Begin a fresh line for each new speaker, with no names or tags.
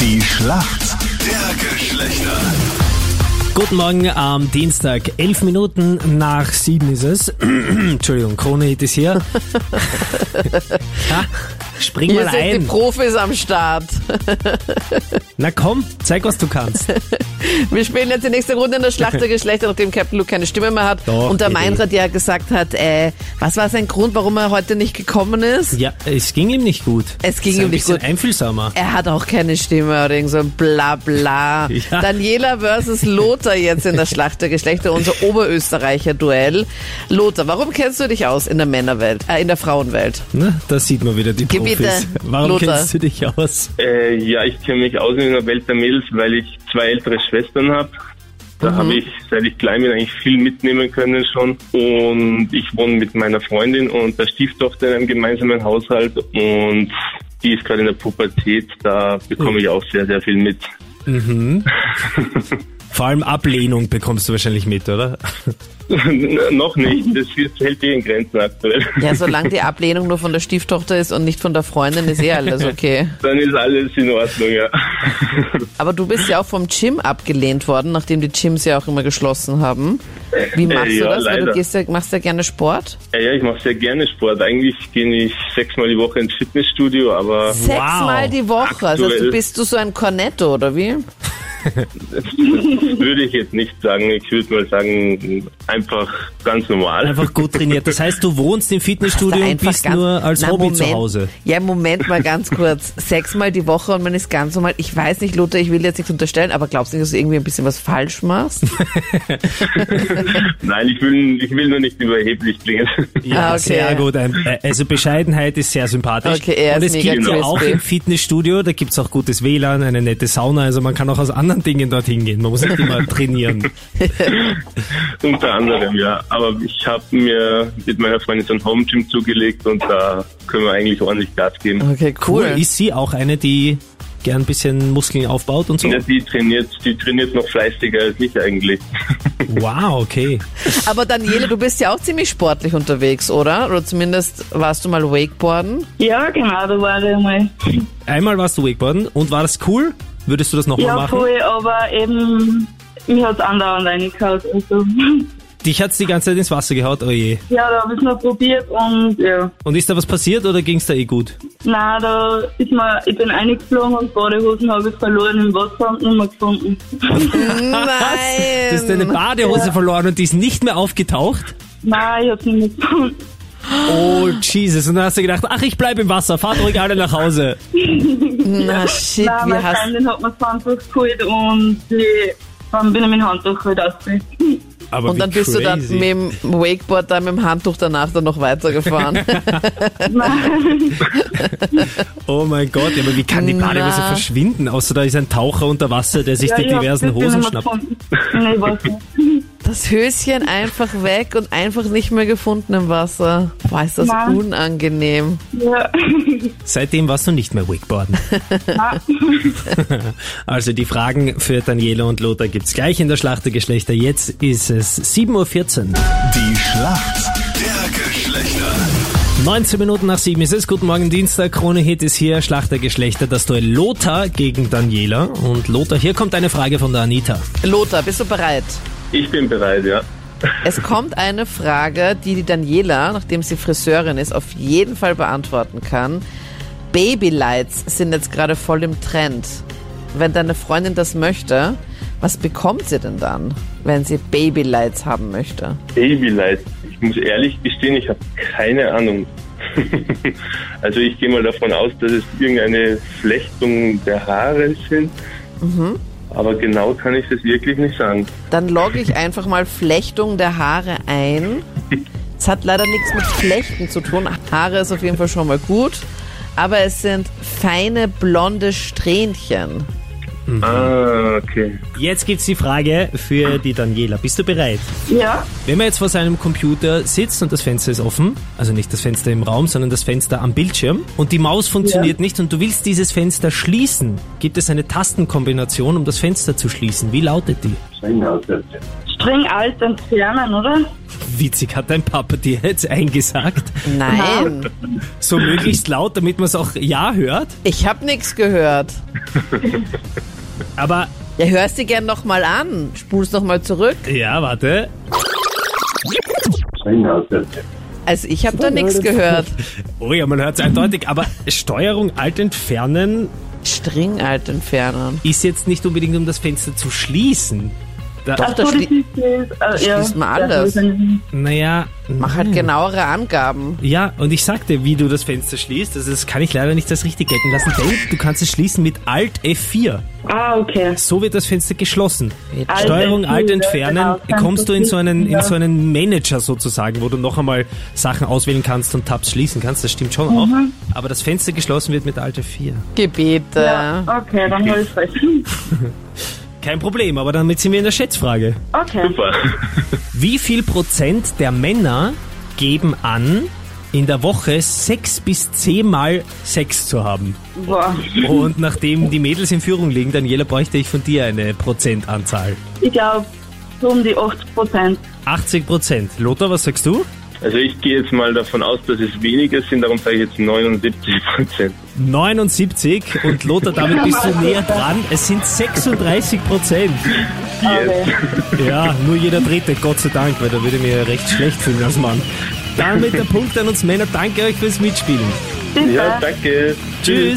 Die Schlacht der Geschlechter.
Guten Morgen am Dienstag, elf Minuten nach sieben ist es. Entschuldigung, Krone-Hit ist hier. Ha, spring
Hier
mal
sind die
ein.
Profis am Start.
Na komm, zeig, was du kannst.
Wir spielen jetzt die nächste Runde in der Schlacht der Geschlechter, nachdem Captain Luke keine Stimme mehr hat.
Doch,
und der
eh.
Meinrad ja gesagt hat, äh, was war sein Grund, warum er heute nicht gekommen ist?
Ja, es ging ihm nicht gut.
Es ging
Ist ein
ihm nicht
bisschen
gut.
einfühlsamer.
Er hat auch keine Stimme oder irgend so ein bla bla.
Ja.
Daniela versus Lothar jetzt in der Schlacht der Geschlechter, unser Oberösterreicher Duell. Lothar, warum kennst du dich aus in der Männerwelt, äh, in der Frauenwelt?
Na, ne? da sieht man wieder die
Gebiete,
Profis. Warum
Lothar.
kennst du dich aus?
Äh, ja, ich kenne mich aus in der Welt der Mädels, weil ich zwei ältere Schwestern habe. Da habe ich, seit ich klein bin, eigentlich viel mitnehmen können schon. Und ich wohne mit meiner Freundin und der Stieftochter in einem gemeinsamen Haushalt. Und die ist gerade in der Pubertät. Da bekomme ich auch sehr, sehr viel mit.
Vor allem Ablehnung bekommst du wahrscheinlich mit, oder?
Noch nicht. Das wird- hält sich in Grenzen aktuell.
Ja, solange die Ablehnung nur von der Stieftochter ist und nicht von der Freundin, ist eh alles okay.
Dann ist alles in Ordnung, ja.
Aber du bist ja auch vom Gym abgelehnt worden, nachdem die Gyms ja auch immer geschlossen haben. Wie machst
Äh, ja,
du das? Weil du
leider.
gehst ja, machst ja gerne Sport.
Ja, ja, ich mache sehr gerne Sport. Eigentlich gehe ich sechsmal die Woche ins Fitnessstudio, aber
Sechsmal die Woche. Also
Aktuell.
du bist du so ein Cornetto, oder wie?
Würde ich jetzt nicht sagen. Ich würde mal sagen, einfach ganz normal.
Einfach gut trainiert. Das heißt, du wohnst im
Da
Fitnessstudio und
einfach
bist
ganz-
nur als
Na,
Hobby
Moment.
zu Hause.
Ja, Moment mal ganz kurz. Sechsmal die Woche und man ist ganz normal. Ich weiß nicht, Lothar, ich will jetzt nichts unterstellen, aber glaubst du nicht, dass du irgendwie ein bisschen was falsch machst?
Nein, ich will, ich will nur nicht überheblich klingen.
Ja,
Ah, okay.
sehr gut. Ein- äh, Also Bescheidenheit ist sehr sympathisch.
Okay, er
Und
ist
es
mega
gibt ja
CSB.
auch im Fitnessstudio, da gibt's auch gutes WLAN, eine nette Sauna, also man kann auch aus anderen Dingen dorthin gehen. Man muss nicht immer trainieren.
Unter anderem, ja. Aber ich habe mir mit meiner Freundin so ein Home Gym zugelegt und da können wir eigentlich ordentlich Gas geben.
Okay,
Cool.
cool.
Ist sie auch eine, die gern ein bisschen Muskeln aufbaut und so?
Ja, die trainiert, die trainiert noch fleißiger als ich eigentlich.
Wow, okay.
Aber Daniele, du bist ja auch ziemlich sportlich unterwegs, oder? Oder zumindest warst du mal Wakeboarden?
Ja, genau, da war ich einmal.
Einmal warst du Wakeboarden und war das cool? Würdest du das nochmal
Ja,
machen?
voll, aber eben, mich hat es andauernd reingehauen. Also,
Dich hat's die ganze Zeit ins Wasser gehaut, oh je.
ja, da habe ich es mal probiert und ja.
Und ist da was passiert oder ging's da eh gut?
Nein, da ist mir, ich bin eingeflogen und Badehosen habe ich verloren im Wasser und nicht mehr gefunden.
Nein!
Du hast deine Badehose verloren und die ist nicht mehr aufgetaucht?
Nein, ich habe es nicht mehr gefunden.
Oh, Jesus. Und dann hast du gedacht, ach, ich bleib im Wasser, fahrt ruhig alle nach Hause.
Na shit,
Nein,
wie
meine
hast
Freundin hat mir das Handtuch geholt und ich, dann bin ich mit dem Handtuch halt ausgegangen.
Aber
und dann
wie
bist du dann
crazy.
mit dem Wakeboard dann mit dem Handtuch danach dann noch weitergefahren.
Nein,
Oh mein Gott, ja, aber wie kann die
Na.
Badehose verschwinden? Außer da ist ein Taucher unter Wasser, der sich
ja,
die
ich hab's
diversen
wirklich
Hosen
nicht mehr
schnappt.
gefunden. Nein, ich weiß nicht.
Das Höschen einfach weg und einfach nicht mehr gefunden im Wasser. Boah, ist das
Na.
unangenehm.
Ja.
Seitdem warst du nicht mehr Wakeboarden. also die Fragen für Daniela und Lothar gibt's gleich in der Schlacht der Geschlechter. Jetzt ist es 7.14 Uhr.
Die Schlacht der Geschlechter.
19 Minuten nach 7 ist es. Guten Morgen, Dienstag. Krone Hit ist hier. Schlacht der Geschlechter. Das Duell Lothar gegen Daniela. Und Lothar, hier kommt eine Frage von der Anita.
Lothar, bist du bereit?
Ich bin bereit, ja.
Es kommt eine Frage, die die Daniela, nachdem sie Friseurin ist, auf jeden Fall beantworten kann. Babylights sind jetzt gerade voll im Trend. Wenn deine Freundin das möchte, was bekommt sie denn dann, wenn sie Babylights haben möchte?
Babylight. Ich muss ehrlich gestehen, ich habe keine Ahnung. also ich gehe mal davon aus, dass es irgendeine Flechtung der Haare sind. Aber genau kann ich das wirklich nicht sagen.
Dann logge ich einfach mal Flechtung der Haare ein. Es hat leider nichts mit Flechten zu tun. Haare ist auf jeden Fall schon mal gut. Aber es sind feine blonde Strähnchen.
Ah, okay.
Jetzt gibt's die Frage für die Daniela. Bist du bereit?
ja,
Wenn man jetzt vor seinem Computer sitzt und das Fenster ist offen, also nicht das Fenster im Raum, sondern das Fenster am Bildschirm und die Maus funktioniert nicht und du willst dieses Fenster schließen, gibt es eine Tastenkombination, um das Fenster zu schließen. Wie lautet die?
Strenghauser.
streng alt entfernen, oder?
witzig, hat dein Papa dir jetzt eingesagt?
Nein,
So möglichst laut, damit man es auch ja hört.
ich habe nichts gehört.
Aber
Ja, hörst dir gern nochmal an. Spulst nochmal zurück.
ja, warte.
Also ich habe da nichts gehört.
Oh ja, man hört es eindeutig, aber Steuerung alt entfernen
String alt entfernen.
ist jetzt nicht unbedingt, um das Fenster zu schließen. Da,
Doch.
Ach
da
so, das
schli-
ist das. Äh, ja.
schließt man alles.
Ja,
naja,
Mach
Hm.
halt genauere Angaben.
Ja, und ich sagte, wie du das Fenster schließt. Also das kann ich leider nicht als richtig gelten lassen, denn du kannst es schließen mit Alt F4.
Ah, okay.
So wird das Fenster geschlossen.
Alt
Steuerung
F4,
Alt
ja,
entfernen,
genau. Kannst
kommst du
du
in so einen in
schließen,
so einen Manager sozusagen, wo du noch einmal Sachen auswählen kannst und Tabs schließen kannst. Das stimmt schon auch.
Mhm.
Aber das Fenster geschlossen wird mit Alt F4.
Gebete.
Ja, okay, dann habe ich recht.
Kein Problem, aber damit sind wir in der Schätzfrage.
Okay.
Super.
Wie viel Prozent der Männer geben an, in der Woche sechs bis zehnmal Sex zu haben?
Boah.
Und nachdem die Mädels in Führung liegen, Daniela, bräuchte ich von dir eine Prozentanzahl.
Ich glaube, so um die 8 Prozent.
80 Prozent. Lothar, was sagst du?
Also ich gehe jetzt mal davon aus, dass es weniger sind, darum sage ich jetzt 79 Prozent.
79 und Lothar, damit bist du näher dran. Es sind 36 Prozent.
Okay.
Ja, nur jeder Dritte, Gott sei Dank, weil da würde ich mir recht schlecht fühlen als Mann. Damit der Punkt an uns Männer. Danke euch fürs Mitspielen.
Bitte.
Ja, danke.
Tschüss.